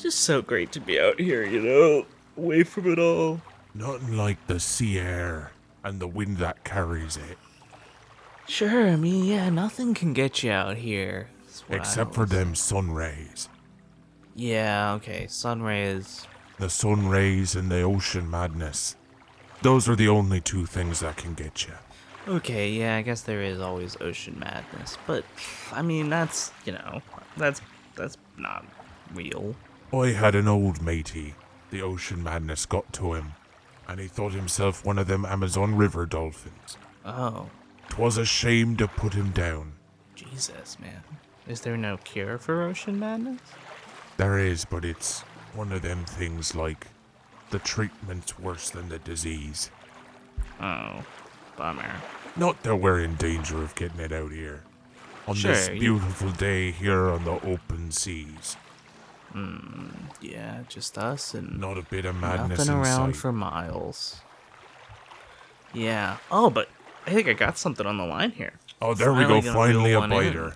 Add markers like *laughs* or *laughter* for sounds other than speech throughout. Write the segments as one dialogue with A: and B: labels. A: just so great to be out here, you know, away from it all.
B: Nothing like the sea air and the wind that carries it.
A: Sure, I mean, yeah, nothing can get you out here. That's what I
B: Except for
A: always-
B: them sun rays.
A: Yeah, okay, sun rays.
B: The sun rays and the ocean madness. Those are the only two things that can get you.
A: Okay, yeah, I guess there is always ocean madness, but I mean, that's, you know, that's that's not real.
B: I had an old matey. The ocean madness got to him, and he thought himself one of them Amazon River dolphins.
A: Oh,
B: 'Twas a shame to put him down.
A: Jesus, man. Is there no cure for ocean madness?
B: There is, but it's one of them things like the treatment's worse than the disease.
A: Oh, bummer.
B: Not that we're in danger of getting it out here. On this
A: Sure, you-
B: beautiful day here on the open seas.
A: Hmm, Yeah, just us and
B: Not a bit of madness
A: nothing
B: in
A: around
B: sight.
A: for miles. Yeah. Oh, but I think I got something on the line here.
B: Oh, there we
A: Finally
B: go.
A: gonna
B: Finally
A: reel
B: a
A: one eh? in.
B: biter.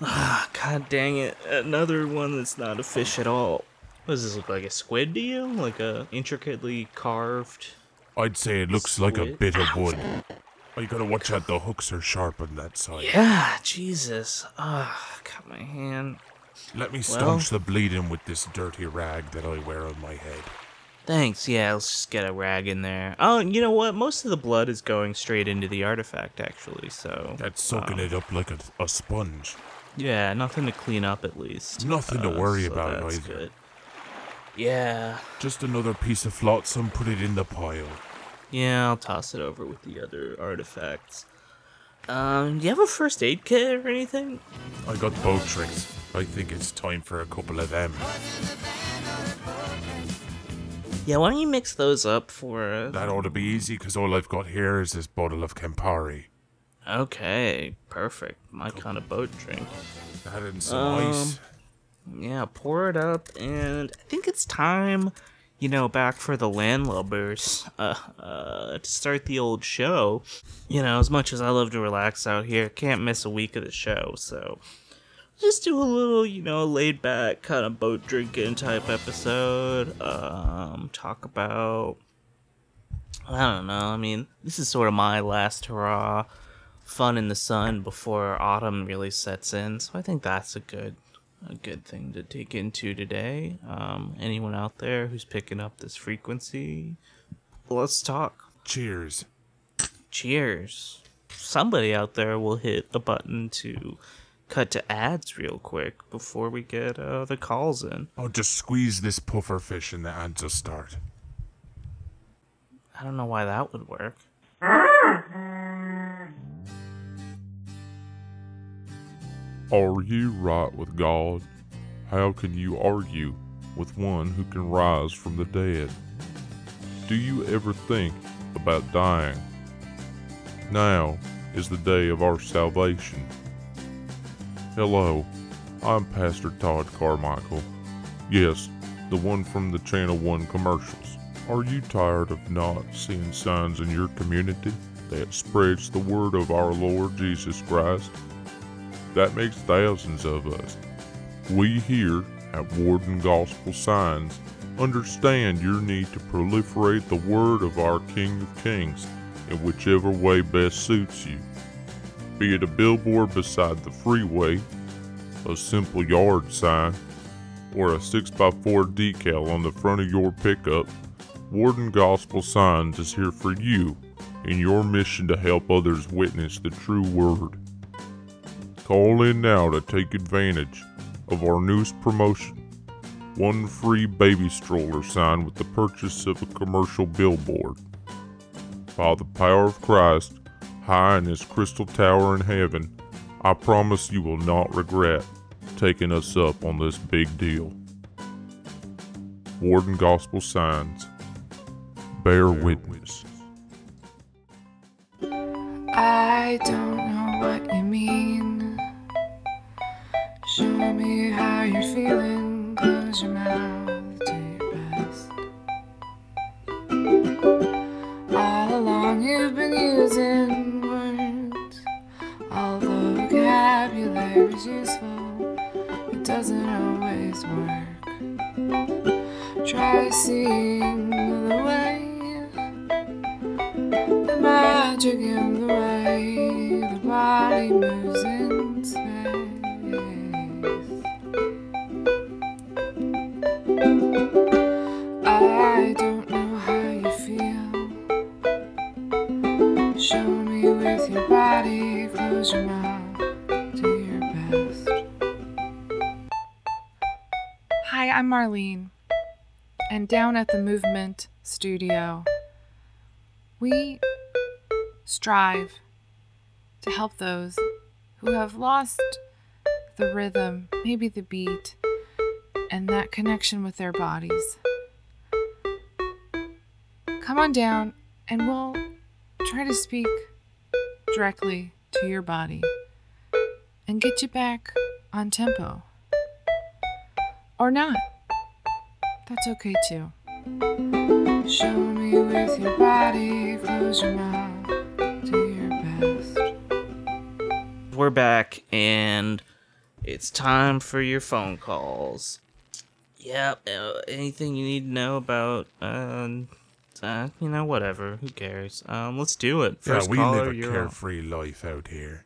A: Ah, God dang it! Another one that's not a fish at all. What does this look like? A squid to you? Like a intricately carved?
B: I'd say it looks like a
A: Squid.
B: bit of wood. Oh, you gotta watch out. The hooks are sharp on that side.
A: Yeah, Jesus. Ah, got my hand.
B: Let me
A: Well-
B: staunch the bleeding with this dirty rag that I wear on my head.
A: Thanks. Yeah, let's just get a rag in there. Oh, you know what? Most of the blood is going straight into the artifact, actually. So
B: That's soaking
A: um,
B: it up like a, a sponge.
A: Yeah, nothing to clean up at least. Uh,
B: Nothing to worry about
A: that's
B: either.
A: good. Yeah,
B: Just another piece of flotsam, put it in the pile.
A: yeah, I'll toss it over with the other artifacts. Um, do you have a first aid kit or anything?
B: I got bow tricks. I think it's time for a couple of them.
A: Yeah, why don't you mix those up for uh, us?
B: That ought to be easy, because all I've got here is this bottle of Campari.
A: Okay, perfect. My kind of boat drink. Um,
B: That and some ice.
A: Yeah, pour it up, and I think it's time, you know, back for the landlubbers uh, uh, to start the old show. You know, as much as I love to relax out here, can't miss a week of the show, so just do a little, you know, laid back kind of boat drinking type episode. Um, talk about. I don't know. I mean, this is sort of my last hurrah fun in the sun before autumn really sets in. So I think that's a good a good thing to take into today. Um, anyone out there who's picking up this frequency, let's talk.
B: Cheers.
A: Cheers. Somebody out there will hit a button to cut to ads real quick before we get uh, the calls in.
B: I'll just squeeze this puffer fish and the ads will start.
A: I don't know why that would work.
C: Are you right with God? How can you argue with one who can rise from the dead? Do you ever think about dying? Now is the day of our salvation. Hello, I'm Pastor Todd Carmichael. Yes, the one from the Channel 1 commercials. Are you tired of not seeing signs in your community that spreads the word of our Lord Jesus Christ? That makes thousands of us. We here at Warden Gospel Signs understand your need to proliferate the word of our King of Kings in whichever way best suits you. Be it a billboard beside the freeway, a simple yard sign, or a 6x4 decal on the front of your pickup, Warden Gospel Signs is here for you in your mission to help others witness the true word. Call in now to take advantage of our newest promotion. One free baby stroller sign with the purchase of a commercial billboard. By the power of Christ, high in his crystal tower in heaven, I promise you will not regret taking us up on this big deal. Warden Gospel Signs. Bear, witness.
D: I don't know what you mean. Show me how you're feeling. Close your mouth, do your best. All along you've been using words Try seeing the way, the magic in the way the body moves in space. I don't know how you feel. Show me with your body, close your mouth, do your best. Hi, I'm Marlene. And down at the Movement Studio, we strive to help those who have lost the rhythm, maybe the beat, and that connection with their bodies. Come on down and we'll try to speak directly to your body and get you back on tempo. Or not. That's okay too. Show me with your body, close your mouth, do your best.
A: We're back, and it's time for your phone calls. Yep. Uh, anything you need to know about? Um, uh, you know, whatever. Who cares? Um, let's do it.
B: Yeah,
A: First
B: we
A: caller,
B: live a
A: you're on.
B: carefree life out here.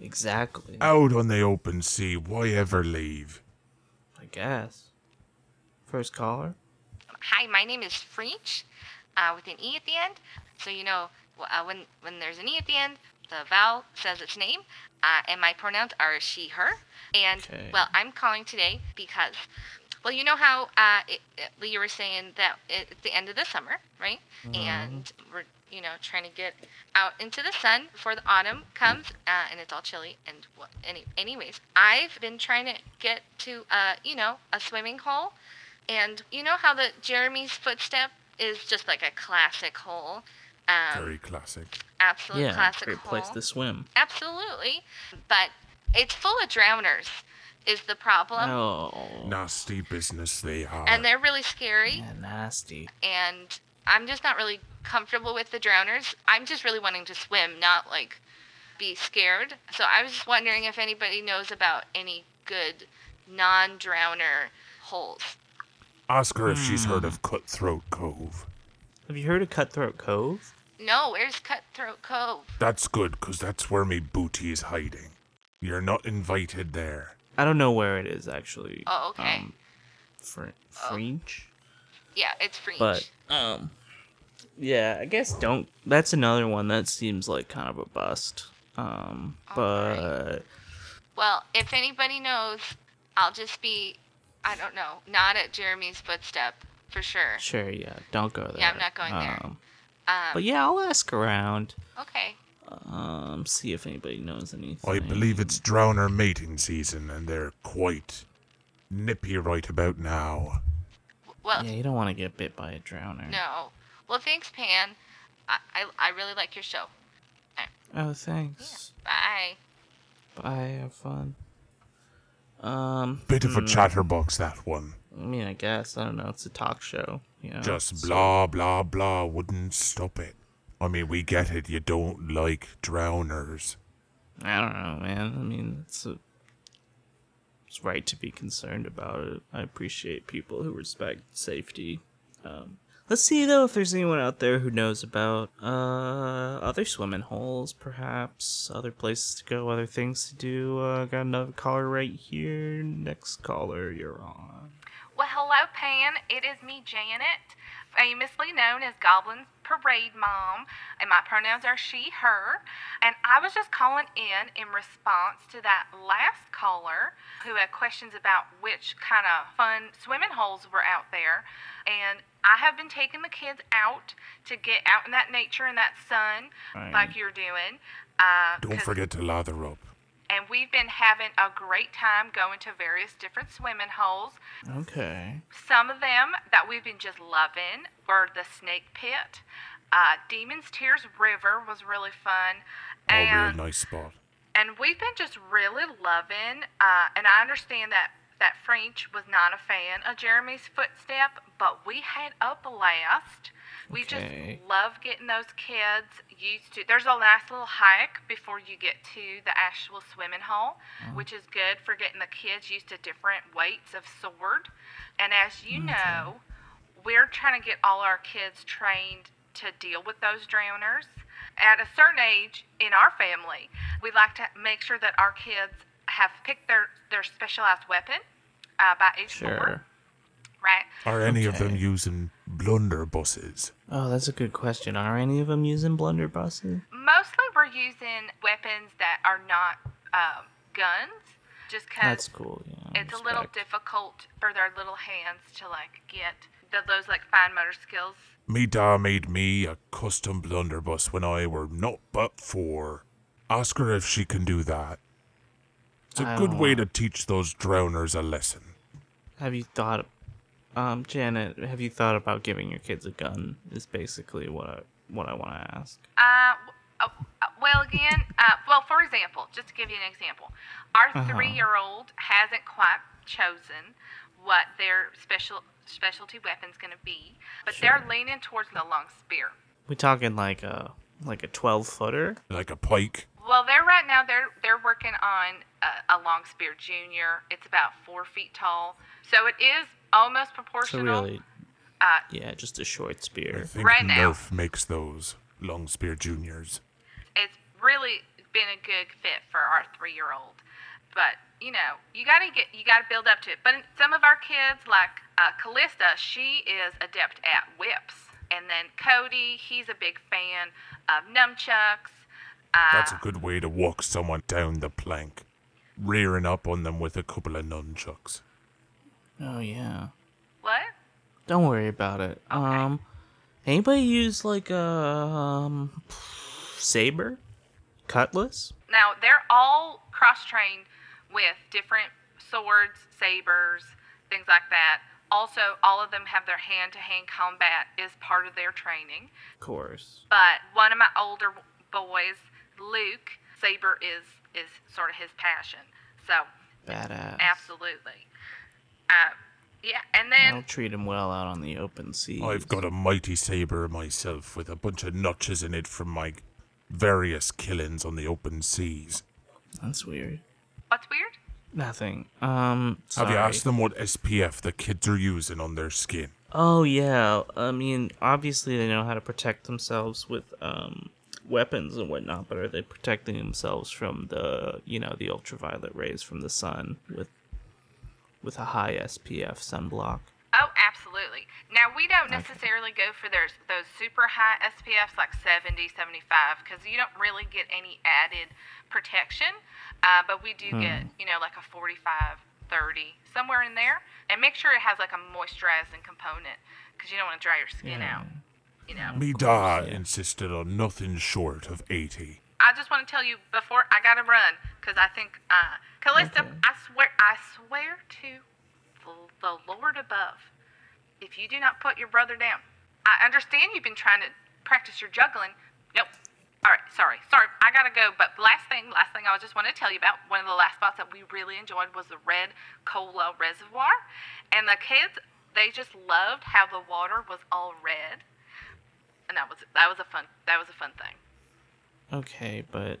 A: Exactly.
B: Out on the open sea, why ever leave?
A: I guess. First caller.
E: Hi, my name is French, uh, with an E at the end. So you know w- uh, when when there's an E at the end, the vowel says its name, uh, and my pronouns are she, her. And
A: Okay.
E: well, I'm calling today because, well, you know how uh, it, it- you were saying that it, it's the end of the summer, right? And we're you know trying to get out into the sun before the autumn comes, uh, and it's all chilly. And well, any, anyways, I've been trying to get to uh, you know a swimming hole. And you know how the Jeremy's footstep is just like a classic hole, um,
B: Very classic.
E: absolute
A: yeah,
E: classic
A: great
E: hole.
A: place to swim.
E: Absolutely, but it's full of drowners, is the problem,
A: Oh,
B: Nasty business they are.
E: and they're really scary.
A: yeah, nasty.
E: And I'm just not really comfortable with the drowners. I'm just really wanting to swim, not like be scared. So I was just wondering if anybody knows about any good non-drowner holes.
B: Ask her if she's heard of Cutthroat Cove.
A: Have you heard of Cutthroat Cove?
E: No, where's Cutthroat Cove?
B: That's good, 'cause that's where me booty is hiding. You're not invited there.
A: I don't know where it is actually.
E: Oh, okay. Oh.
A: Um, Fr- French,
E: Yeah, it's free.
A: but um, yeah, I guess don't. That's another one that seems like kind of a bust. Um, but
E: Alright. Well, if anybody knows, I'll just be, I don't know, not at Jeremy's footstep for sure.
A: sure, yeah, don't go there.
E: Yeah, I'm not going there.
A: Um,
E: Um,
A: but yeah, I'll ask around.
E: okay.
A: Um, see if anybody knows anything.
B: I believe it's drowner mating season, and they're quite nippy right about now.
E: Well,
A: Yeah, you don't want to get bit by a drowner.
E: no. Well, thanks, Pan. I, I, I really like your show.
A: Oh, thanks.
E: Bye.
A: Bye. Have fun. Um,
B: Bit of a chatterbox, that one.
A: I mean, I guess I don't know. It's a talk show. You know?
B: Just blah, blah, blah, wouldn't stop it. I mean, we get it, you don't like drowners.
A: I don't know, man. I mean, it's a it's right to be concerned about it. I appreciate people who respect safety. Um, let's see though if there's anyone out there who knows about uh, other swimming holes, perhaps other places to go, other things to do. Uh, got another caller right here. Next caller, you're on.
F: Well, hello, Pan. It is me, Janet, famously known as Goblin's Parade Mom, and my pronouns are she, her. And I was just calling in in response to that last caller who had questions about which kind of fun swimming holes were out there. And I have been taking the kids out to get out in that nature and that sun,
A: Right.
F: like you're doing. Uh,
B: Don't
F: 'cause-
B: forget to lather up.
F: And we've been having a great time going to various different swimming holes.
A: Okay.
F: Some of them that we've been just loving were the Snake Pit. Uh, Demon's Tears River was really fun.
B: A real
F: And,
B: nice spot.
F: and we've been just really loving, uh, and I understand that, that French was not a fan of Jeremy's footstep, but we had a blast. We
A: Okay.
F: just love getting those kids used to. There's a last little hike before you get to the actual swimming hole, which is good for getting the kids used to different weights of sword. And as you know, we're trying to get all our kids trained to deal with those drowners. At a certain age in our family, we like to make sure that our kids have picked their, their specialized weapon uh, by age
A: Sure.
F: four, right?
B: Are any of them using blunderbusses?
A: Oh, that's a good question. Are any of them using blunderbusses?
F: mostly we're using weapons that are not um, guns just
A: That's
F: because
A: cool. Yeah,
F: it's a little
A: respect.
F: difficult for their little hands to like get the, those like fine motor skills
B: Me da made me a custom blunderbuss when I were not but four. Ask her if she can do that. It's a
A: I
B: good
A: don't
B: way
A: want-
B: to teach those drowners a lesson.
A: Have you thought, um, Janet? Have you thought about giving your kids a gun? Is basically what I what I want to ask.
F: uh, w- uh, uh, well again uh, well for example just to give you an example our
A: Uh-huh.
F: three-year-old hasn't quite chosen what their special specialty weapon's going to be but they're
A: Sure.
F: leaning towards the long spear
A: We talking like a like a twelve footer?
B: Like a pike.
F: Well, they're right now. They're they're working on a, a long spear junior. It's about four feet tall, so it is almost
A: So
F: proportional.
A: really,
F: Uh,
A: yeah, just a short
B: I
A: spear.
B: think
F: Right now.
B: Nerf makes those Longspear Juniors.
F: It's really been a good fit for our three-year-old, but you know you gotta get you gotta build up to it. But some of our kids, like uh, Callista, she is adept at whips, and then Cody, he's a big fan of nunchucks. Uh,
B: That's a good way to walk someone down the plank, rearing up on them with a couple of nunchucks.
A: Oh yeah.
F: what?
A: Don't worry about it. Um, anybody use like a um, saber, cutlass?
F: Now they're all cross-trained with different swords, sabers, things like that. Also, all of them have their hand-to-hand combat is part of their training.
A: Of course.
F: But one of my older boys, Luke, saber is is sort of his passion. So
A: Badass.
F: absolutely, uh, yeah. And
A: I'll
F: then
A: treat him well out on the open sea.
B: I've got a mighty saber myself with a bunch of notches in it from my various killings on the open seas.
A: That's weird.
F: what's weird?
A: Nothing. Um,
B: Have you
A: sorry.
B: asked them what SPF the kids are using on their skin?
A: Oh yeah. I mean, obviously they know how to protect themselves with um weapons and whatnot, but are they protecting themselves from the you know the ultraviolet rays from the sun with with a high SPF sunblock?
F: Oh, absolutely. Now, we don't necessarily go for those, those super high SPFs like 70, 75, because you don't really get any added protection. Uh, but we do get, you know, like a 45, 30, somewhere in there. And make sure it has like a moisturizing component because you don't want to dry your skin out. You know,
B: Me da insisted on nothing short of 80.
F: I just want to tell you before I gotta run because I think uh, Callista, I swear, I swear to the- the Lord above, if you do not put your brother down, I understand you've been trying to practice your juggling. Nope. All right, sorry, sorry, I gotta go. But last thing, last thing I just want to tell you about one of the last spots that we really enjoyed was the Red Cola Reservoir, and the kids they just loved how the water was all red, and that was that was a fun that was a fun thing.
A: Okay, but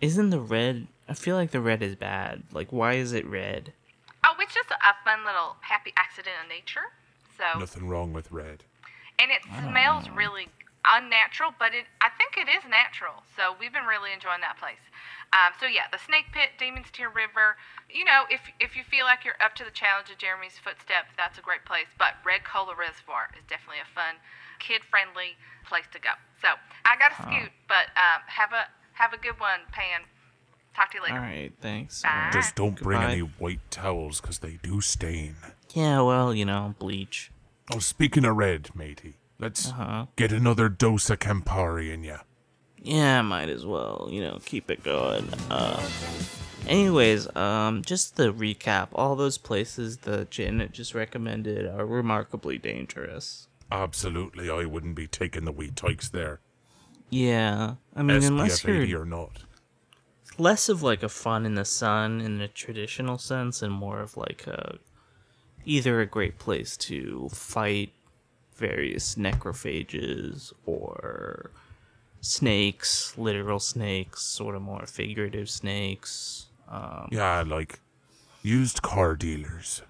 A: isn't the red? I feel like the red is bad. Like, why is it red?
F: Oh, it's just a fun little happy accident of nature. So,
B: Nothing wrong with red.
F: and it smells really unnatural, but it I think it is natural. So we've been really enjoying that place. Um, so yeah, the Snake Pit, Demon's Tear River. You know, if if you feel like you're up to the challenge of Jeremy's footsteps, that's a great place. But Red Cola Reservoir is definitely a fun, kid-friendly place to go. So I gotta scoot, but um, have a have a good one, Pan. Talk to you later.
A: All right, thanks.
F: Bye.
B: Just don't bring
A: Goodbye.
B: any white towels 'cause they do stain.
A: Yeah, well, you know, bleach.
B: Oh, speaking of red, matey, let's
A: Uh-huh.
B: get another dose of Campari in ya.
A: Yeah, might as well, you know, keep it going. Uh, anyways, um, just to recap, all those places that Janet just recommended are remarkably dangerous.
B: Absolutely, I wouldn't be taking the wee tykes there,
A: Yeah, I mean, unless
B: SPF 80
A: you're
B: or not.
A: less of like a fun in the sun in a traditional sense, and more of like a either a great place to fight various necrophages or snakes, literal snakes, sort of more figurative snakes. Um,
B: Yeah, like used car dealers.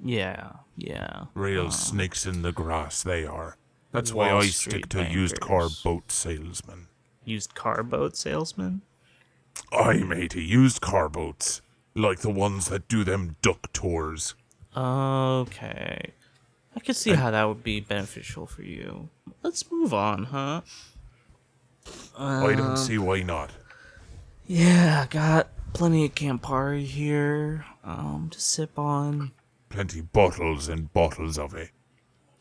A: yeah, yeah.
B: Real snakes in the grass, they are. That's why
A: Wall
B: I
A: Street
B: stick to used car
A: bankers.
B: boat salesmen.
A: Used car boat salesman.
B: I'm into used car boats, like the ones that do them duck tours.
A: Okay. I could see how that would be beneficial for you. Let's move on, huh?
B: I
A: Uh,
B: don't see why not.
A: Yeah, got plenty of Campari here um, to sip on.
B: Plenty bottles and bottles of it.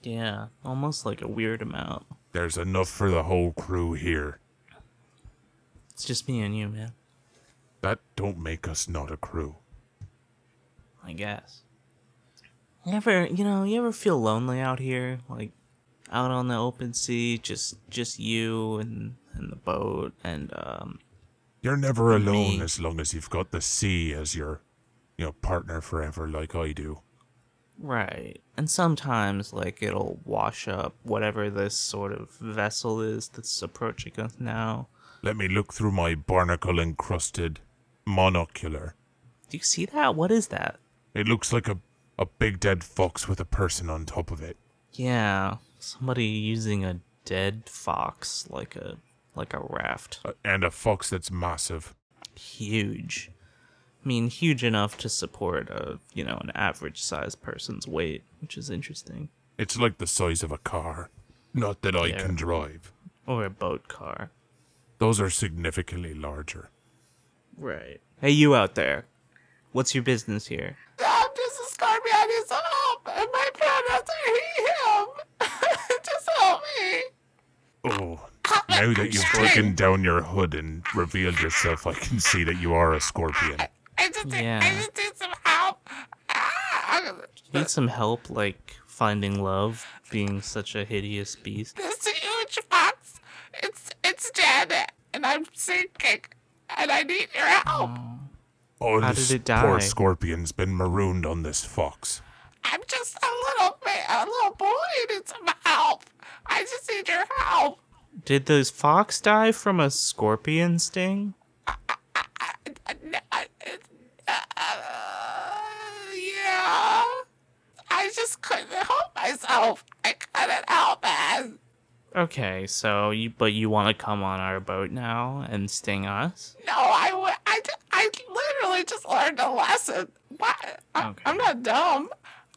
A: Yeah, almost like a weird amount.
B: There's enough for the whole crew here.
A: It's just me and you, man.
B: That don't make us not a crew.
A: I guess. You ever, you know, you ever feel lonely out here, like out on the open sea, just just you and and the boat and um
B: You're never alone
A: Me.
B: as long as you've got the sea as your, you know, partner forever, like I do.
A: right. And sometimes like it'll wash up whatever this sort of vessel is that's approaching us now.
B: Let me look through my barnacle-encrusted monocular.
A: Do you see that? What is that?
B: It looks like a, a big dead fox with a person on top of it.
A: Yeah, somebody using a dead fox like a like a raft.
B: Uh, and a fox that's massive.
A: Huge. I mean, huge enough to support a, you know, an average sized person's weight, which is interesting.
B: It's like the size of a car. Not that I
A: Yeah.
B: can drive.
A: Or a boat car.
B: Those are significantly larger.
A: Right. Hey, you out there. What's your business here?
G: I'm just a scorpion. I need some help, and my pronouns are he, him. *laughs* just help me.
B: Oh, now that you've taken down your hood and revealed yourself, I can see that you are a scorpion.
G: I just, need, I
A: Yeah.
G: just need some help. Ah,
A: Need some help, like finding love, being such a hideous beast?
G: this huge fox. It's, it's dead, and I'm sinking, and I need your help.
B: Oh,
A: How
B: this
A: did it die?
B: poor scorpion's been marooned on this fox.
G: I'm just a little bit, a little boy. I need some help. I just need your help.
A: Did the fox die from a scorpion sting?
G: Uh, n- uh, uh, yeah. I just couldn't help myself. I couldn't help it.
A: Okay, so you but you want to come on our boat now and sting us?
G: No, I, w- I, ju- I literally just learned a lesson. What? I,
A: Okay.
G: I'm not dumb.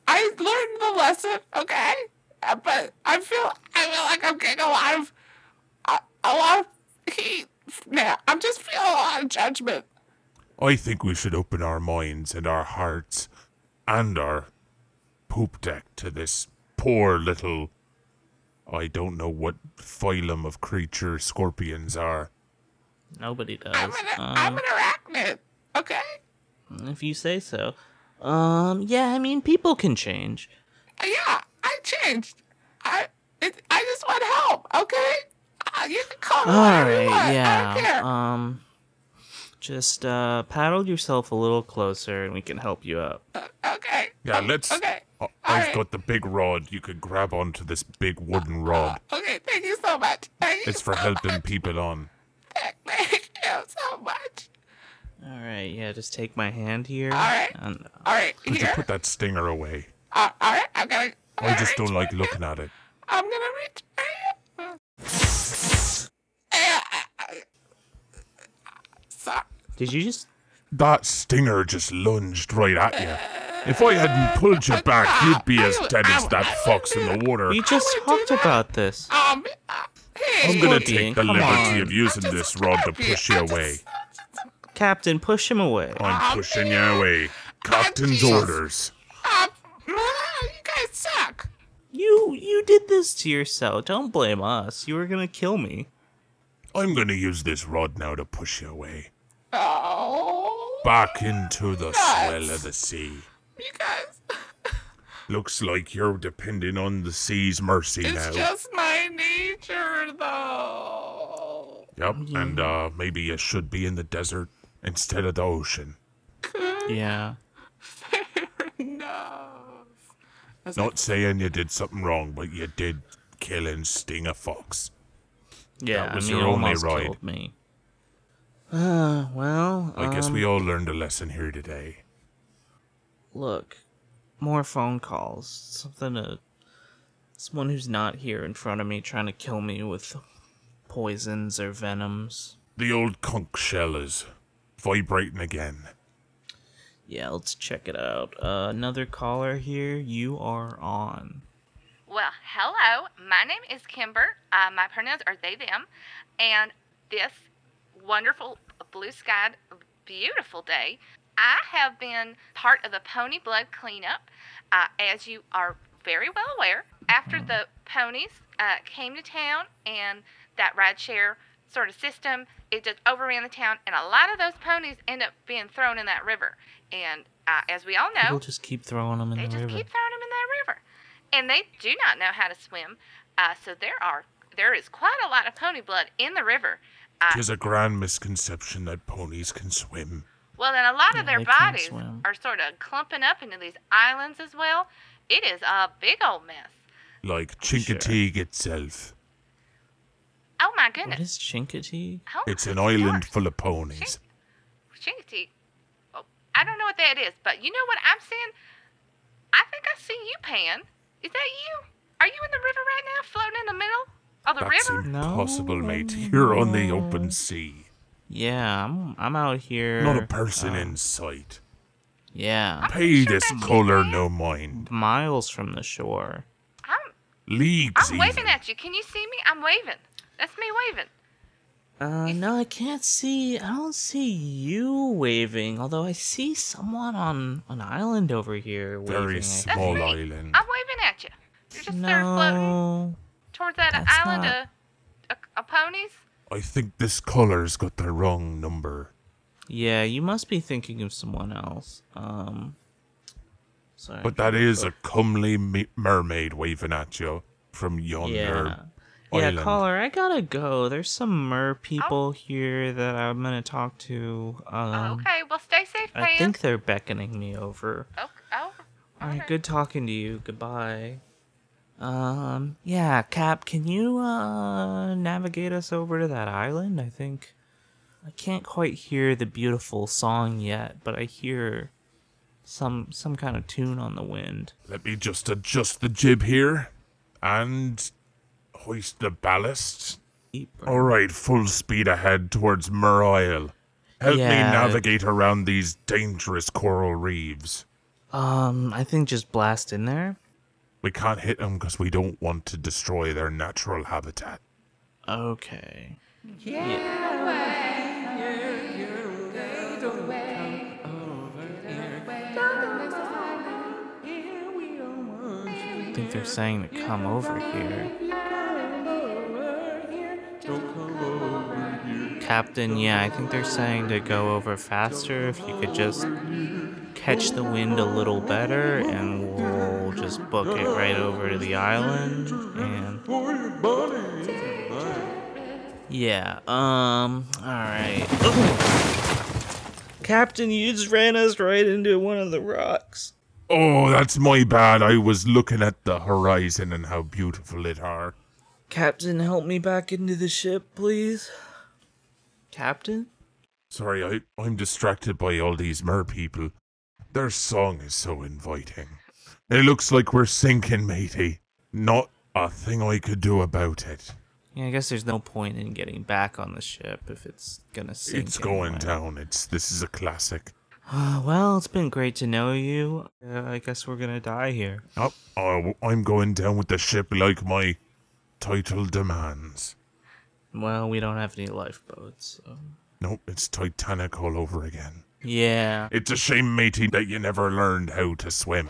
G: I learned the lesson, okay? Uh, But I feel I feel like I'm getting a lot of a, a lot of heat now. I'm just feeling a lot of judgment.
B: I think we should open our minds and our hearts and our poop deck to this poor little. I don't know what phylum of creature scorpions are.
A: Nobody does.
G: I'm an I'm
A: Um,
G: an arachnid, okay?
A: if you say so. Um, yeah, I mean people can change.
G: Yeah, I changed. I it, I just want help, okay? Uh, you can call me
A: All
G: whatever you
A: right,
G: want. I don't
A: yeah.
G: care.
A: Um, just uh, paddle yourself a little closer, and we can help you up.
G: Uh, okay.
B: Yeah,
G: Um,
B: let's.
G: Okay.
B: I-
G: All
B: I've
G: right.
B: got the big rod. You could grab onto this big wooden rod.
G: Okay, thank you so much. Thank
B: Oh. It's
G: you
B: for
G: so
B: helping
G: much.
B: people on.
G: Thank, thank you so much.
A: All right, yeah. Just take my hand here. All
G: right.
A: And, uh,
G: All right,
B: Could you
G: here.
B: put that stinger away?
G: Uh, all right, I'm gonna. I'm
B: I
G: gonna
B: just
G: reach
B: don't like
G: for you.
B: looking at it.
G: I'm gonna reach for you. Eh, I- I- Sorry.
A: did you just?
B: That stinger just lunged right at you. If I hadn't pulled you back, you'd be as dead as that fox in the water.
A: We just
G: would do
A: talked
G: that.
A: about this.
G: Um. Uh, hey.
B: I'm gonna
A: Scorpion,
B: take the
A: come
B: liberty
A: on.
B: of using
G: Just a
B: this rod to
G: scorpion.
B: push you
G: I'm just-
B: away.
A: Captain, push him away.
B: I'm pushing you away. Captain's
G: Um, Jesus.
B: orders.
G: Um, you guys suck.
A: You you did this to yourself. Don't blame us. You were gonna kill me.
B: I'm gonna use this rod now to push you away.
G: Oh,
B: Back into the swell of the sea.
G: you guys.
B: Looks like you're depending on the sea's mercy
G: It's
B: now.
G: just my nature, though.
B: Yep, and uh, maybe you should be in the desert instead of the ocean.
A: Yeah.
G: No.
B: Not saying you did something wrong, but you did kill and sting a fox.
A: Yeah,
B: That was
A: I mean,
B: your
A: it
B: only
A: almost
B: ride.
A: killed me. Uh, well,
B: I guess
A: um,
B: we all learned a lesson here today.
A: look. More phone calls. Something to someone who's not here in front of me trying to kill me with poisons or venoms.
B: The old conch shell is vibrating again.
A: Yeah, let's check it out. Uh, another caller here. You are on.
E: Well, hello. My name is Kimber. Uh, my pronouns are they, them. And this wonderful blue skied, beautiful day, I have been part of the Pony Blood Cleanup. Uh, as you are very well aware, after the ponies uh, came to town and that rideshare sort of system, it just overran the town, and a lot of those ponies end up being thrown in that river. And uh, as we all know,
A: People just keep throwing them in
E: they
A: the
E: just
A: river.
E: keep throwing them in that river, and they do not know how to swim. Uh, so there are there is quite a lot of pony blood in the river. Uh,
B: Tis a grand misconception that ponies can swim.
E: well, then a lot
A: Yeah,
E: of their
A: they can't
E: bodies
A: swim.
E: are sort of clumping up into these islands as well. It is a big old mess.
B: Like Chincoteague itself.
E: Oh my
A: What
E: goodness!
A: is Chincoteague?
E: Oh
B: It's
E: my
B: an island
E: gosh.
B: full of ponies.
E: Chincoteague. Oh, I don't know what that is, but you know what I'm seeing? I think I see you, Pan. Is that you? Are you in the river right now, floating in the middle of the
B: That's
E: river?
B: impossible,
A: No,
B: mate. You're on the open sea. Ah.
A: Yeah, I'm I'm out here.
B: Not a person
A: uh,
B: in sight.
A: Yeah,
B: Mm. Pay
E: sure
B: this
E: that's
B: caller
E: okay.
B: no mind.
A: miles from the shore.
E: I'm
B: Leagues
E: I'm waving
B: even.
E: at you. Can you see me? I'm waving. That's me waving.
A: Uh, no, I can't see. I don't see you waving. Although I see someone on an island over here waving.
B: Very
A: I
E: That's
B: Small
E: me.
B: island.
E: I'm waving at you. You're just there floating
A: no.
E: towards that
A: that's
E: island
A: not-
E: of, of, of ponies.
B: I think this caller's got the wrong number.
A: Yeah, you must be thinking of someone else. Um. Sorry.
B: But that is a comely me- mermaid waving at you from
A: yeah.
B: yonder.
A: Yeah,
B: island.
A: caller, I gotta go. There's some
E: Oh.
A: mer people here that I'm gonna talk to. Um,
E: Oh, okay, well, stay safe, Pan.
A: I think they're beckoning me over.
E: Oh, oh,
A: All right,
E: okay.
A: good talking to you. Goodbye. Um, yeah, Cap, can you uh navigate us over to that island? I think I can't quite hear the beautiful song yet, but I hear some some kind of tune on the wind.
B: Let me just adjust the jib here and hoist the ballast. All right, full speed ahead towards Mur Isle. Help me
A: Yeah.
B: navigate around these dangerous coral reefs.
A: Um, I think just blast in there.
B: We can't hit them because we don't want to destroy their natural habitat.
A: Okay. I think they're saying to come over here. Captain, yeah, I think they're saying to go over faster. If you could just catch the wind a little better, and we'll just book it right over to the island. And yeah. Um. All right. Captain, you just ran us right into one of the rocks.
B: Oh, that's my bad. I was looking at the horizon and how beautiful it are.
A: Captain, help me back into the ship, please. Captain?
B: Sorry, I, I'm distracted by all these mer people. Their song is so inviting. It looks like we're sinking, matey. Not a thing I could do about it.
A: Yeah, I guess there's no point in getting back on the ship if it's gonna sink.
B: it's going
A: anyway.
B: down. It's this is a classic.
A: Uh, well, it's been great to know you. Uh, I guess we're gonna die here.
B: Oh, oh, I'm going down with the ship like my title demands.
A: Well, we don't have any lifeboats. So.
B: Nope, it's Titanic all over again.
A: Yeah.
B: It's a shame, matey, that you never learned how to swim.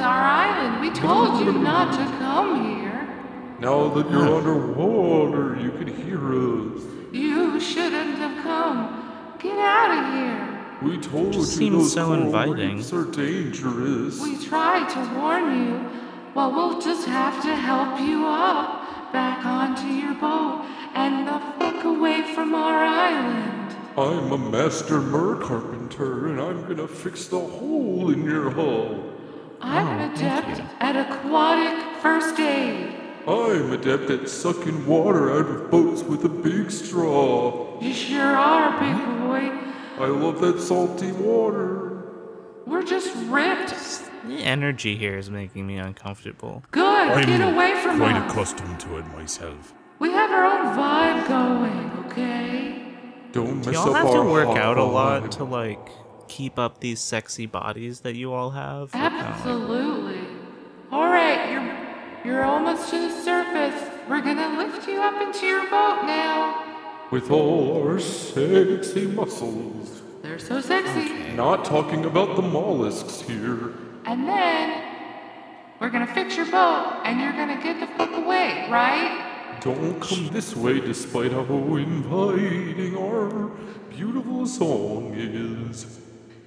H: our island. We told you not to come here.
I: Now that
B: Hmm.
I: you're underwater, you can hear us.
H: You shouldn't have come. Get out of here.
I: We told
A: Just
I: you
A: seems
I: those
A: so
I: coral
A: inviting.
I: reefs are dangerous.
H: We tried to warn you. Well, we'll just have to help you up back onto your boat and the fuck away from our island.
I: I'm a master mer carpenter, and I'm gonna fix the hole in your hull.
H: I'm an
A: Oh,
H: adept at aquatic first aid.
I: I'm adept at sucking water out of boats with a big straw.
H: You sure are, big boy.
I: I love that salty water.
H: We're just ripped.
A: The energy here is making me uncomfortable.
H: Good.
B: I'm
H: Get away from
B: quite
H: us.
B: accustomed to it myself.
H: We have our own vibe going, okay?
I: Don't
A: Do
I: mess
A: y'all
I: up
A: have to
I: our
A: work
I: hot
A: out a
I: vibe.
A: lot to like keep up these sexy bodies that you all have? Or kinda like- um,
H: Absolutely. All right, you're you're almost to the surface. We're gonna lift you up into your boat now.
I: With all our sexy muscles.
H: They're so sexy.
I: Not talking about the mollusks here.
H: And then we're gonna fix your boat, and you're gonna get the fuck away, right?
I: Don't come this way despite how inviting our beautiful song is.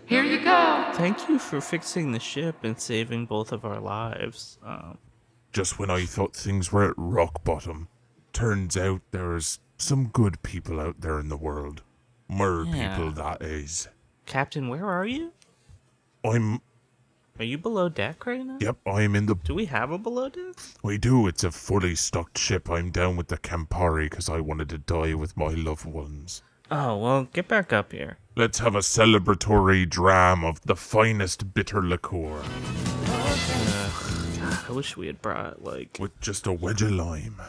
H: Here you go.
A: Thank you for fixing the ship and saving both of our lives. Um,
B: Just when I thought things were at rock bottom, turns out there's some good people out there in the world. Mer
A: Yeah.
B: people, that is.
A: Captain, where are you?
B: I'm.
A: Are you below deck right now?
B: Yep, I'm in the.
A: Do we have a below deck?
B: We do, it's a fully stocked ship. I'm down with the Campari because I wanted to die with my loved ones.
A: Oh, well, get back up here.
B: Let's have a celebratory dram of the finest bitter liqueur
A: God, I wish we had brought, like,
B: with just a wedge of lime.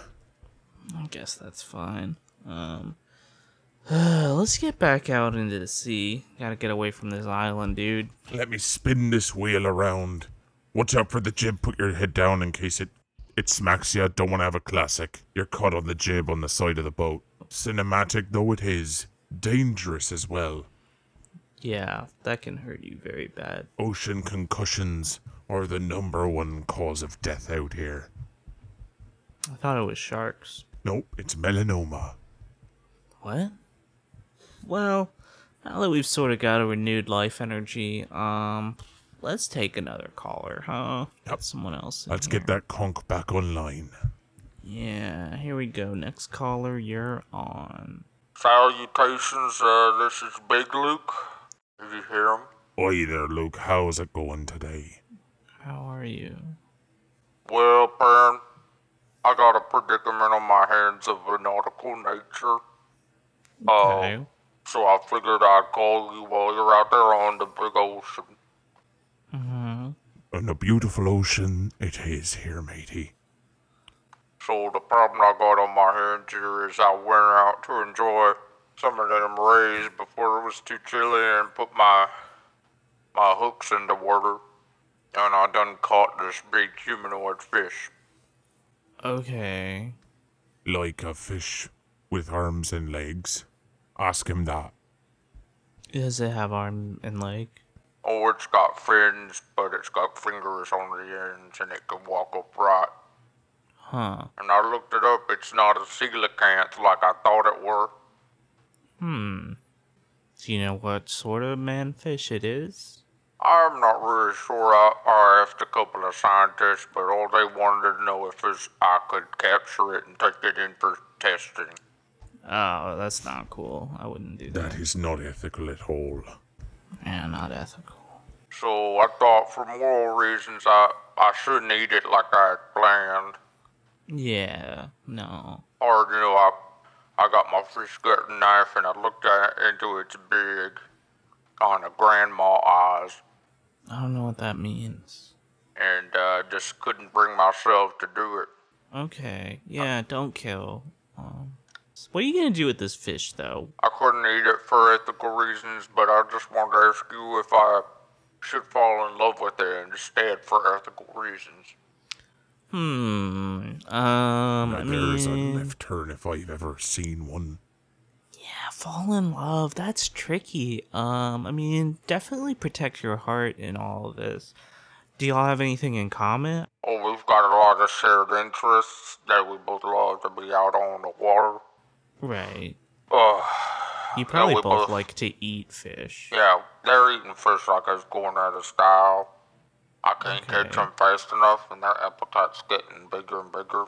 A: I guess that's fine. Um, *sighs* let's get back out into the sea. Gotta get away from this island, dude.
B: Let me spin this wheel around. Watch out for the jib. Put your head down in case it it smacks you. Don't want to have a classic. You're caught on the jib on the side of the boat. Cinematic though it is, dangerous as well.
A: Yeah, that can hurt you very bad.
B: Ocean concussions are the number one cause of death out here.
A: I thought it was sharks.
B: Nope, it's melanoma.
A: What? Well, now that we've sort of got a renewed life energy, um, let's take another caller, huh? Got Someone else. in
B: Let's
A: here.
B: get that conch back online.
A: Yeah, here we go. Next caller, you're on.
J: Salutations, uh, this is Big Luke. Did you hear him?
B: Oi there, Luke. How's it going today?
A: How are you?
J: Well, Pern, I got a predicament on my hands of a nautical nature.
A: Okay.
J: Uh, so I figured I'd call you while you're out there on the big ocean.
A: Mm-hmm.
B: On a beautiful ocean, it is here, matey.
J: So the problem I got on my hands here is I went out to enjoy some of them rays before it was too chilly and put my my hooks in the water, and I done caught this big humanoid fish.
A: Okay.
B: like a fish with arms and legs. Ask him that.
A: Does it have arm and leg?
J: Oh, it's got fins, but it's got fingers on the ends, and it can walk upright.
A: Huh.
J: And I looked it up. It's not a coelacanth like I thought it were.
A: Hmm. Do you know what sort of manfish it is?
J: I'm not really sure. I, I asked a couple of scientists, but all they wanted to know if it's, I could capture it and take it in for testing.
A: Oh, that's not cool. I wouldn't do that.
B: That is not ethical at all.
A: Yeah, not ethical.
J: So I thought for moral reasons I, I shouldn't eat it like I had planned.
A: Yeah. No.
J: Or, you know, I, I got my fish cutting knife and I looked at into its big, kind of grandma eyes,
A: I don't know what that means.
J: and uh, just couldn't bring myself to do it.
A: Okay. Yeah, don't kill. Um, s- what are you gonna do with this fish, though?
J: I couldn't eat it for ethical reasons, but I just wanted to ask you if I should fall in love with it instead for ethical reasons.
A: Hmm. Um. I
B: There's a
A: mean,
B: left turn if I've ever seen one.
A: yeah, fall in love. That's tricky. Um. I mean, definitely protect your heart in all of this. Do y'all have anything in common?
J: Oh, we've got a lot of shared interests that we both love to be out on the water.
A: Right.
J: Uh,
A: You probably
J: we
A: both,
J: both-
A: like to eat fish.
J: yeah, they're eating fish like it's going out of style. I can't 'em catch
A: Okay.
J: them fast enough, and their appetite's getting bigger and bigger.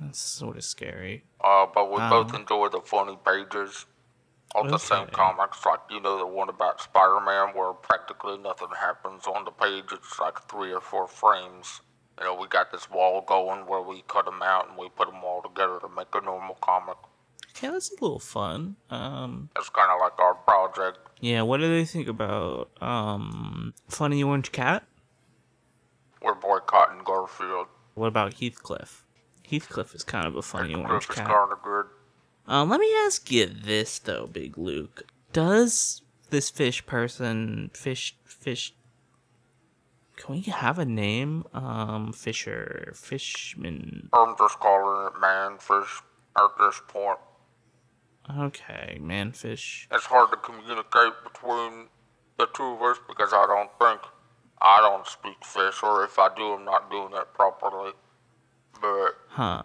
A: That's sort of scary.
J: Uh, but we both
A: Oh.
J: enjoy the funny pages of the same
A: Okay.
J: comics, like you know the one about Spider-Man, where practically nothing happens on the page. It's like three or four frames. You know, we got this wall going where we cut them out and we put them all together to make a normal comic.
A: Okay, that's a little fun. Um,
J: It's kind of like our project.
A: yeah. What do they think about um, Funny Orange Cat?
J: We're boycotting Garfield.
A: What about Heathcliff? Heathcliff is kind of a funny orange
J: Griff is
A: cat.
J: kind of good.
A: Um, let me ask you this though, Big Luke. Does this fish person fish fish can we have a name? Um Fisher Fishman
J: I'm just calling it manfish at this point.
A: Okay, manfish.
J: it's hard to communicate between the two of us because I don't think I don't speak fish, or if I do, I'm not doing it properly. But
A: Huh.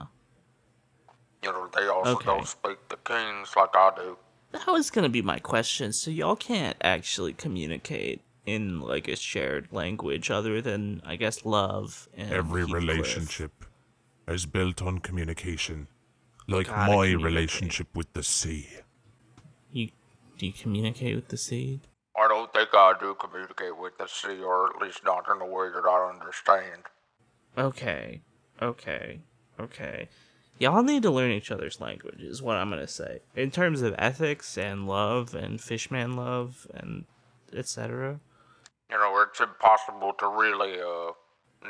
J: you know, they also
A: Okay.
J: don't speak the kings like I do.
A: That was gonna be my question. So y'all can't actually communicate in like a shared language other than I guess love and
B: Every
A: Heathcliff.
B: relationship is built on communication, like
A: Gotta
B: my
A: communicate.
B: relationship with the sea.
A: You do you communicate with the seed?
J: I don't think I do communicate with the sea, or at least not in a way that I understand.
A: Okay. Okay. Okay. Y'all need to learn each other's language, is what I'm gonna say. In terms of ethics and love and fishman love and etc.
J: You know, it's impossible to really uh,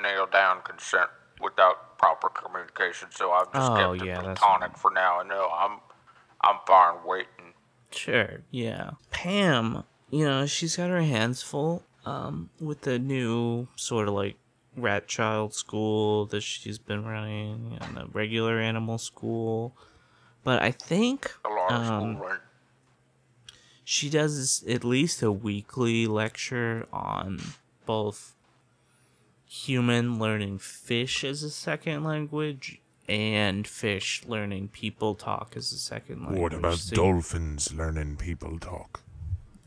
J: nail down consent without proper communication. So I've just
A: Oh,
J: kept it
A: yeah, that's-
J: platonic for now. And no, I'm I'm fine waiting.
A: Sure, yeah. Pam, you know, she's got her hands full, um, with the new sort of like rat child school that she's been running and the regular animal school. But I think
J: A lot of
A: um,
J: school right
A: she does at least a weekly lecture on both human learning fish as a second language and fish learning people talk as a second language.
B: What about
A: So
B: dolphins learning people talk?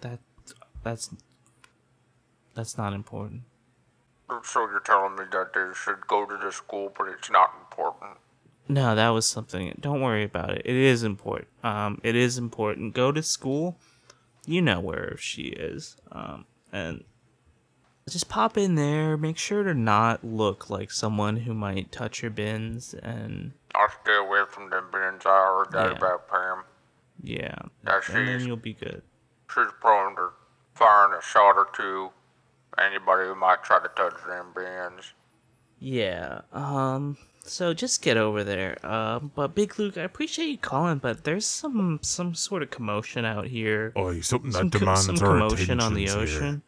A: That that's that's not important.
J: So you're telling me that they should go to the school, but it's not important.
A: No, that was something. Don't worry about it. It is important. Um, it is important. Go to school. You know where she is. Um, and just pop in there. Make sure to not look like someone who might touch your bins. And
J: I'll stay away from them bins. I heard that
A: Yeah.
J: about Pam.
A: yeah,
J: That's
A: and then
J: it.
A: you'll be good.
J: She's prone to firing a shot or two. Anybody who might try to touch them bins.
A: Yeah. Um. So just get over there. Um. But Big Luke, I appreciate you calling, but there's some some sort of commotion out here.
B: Oy, Oh, something that
A: some, co-
B: demands
A: some
B: our
A: commotion
B: attention
A: on the ocean.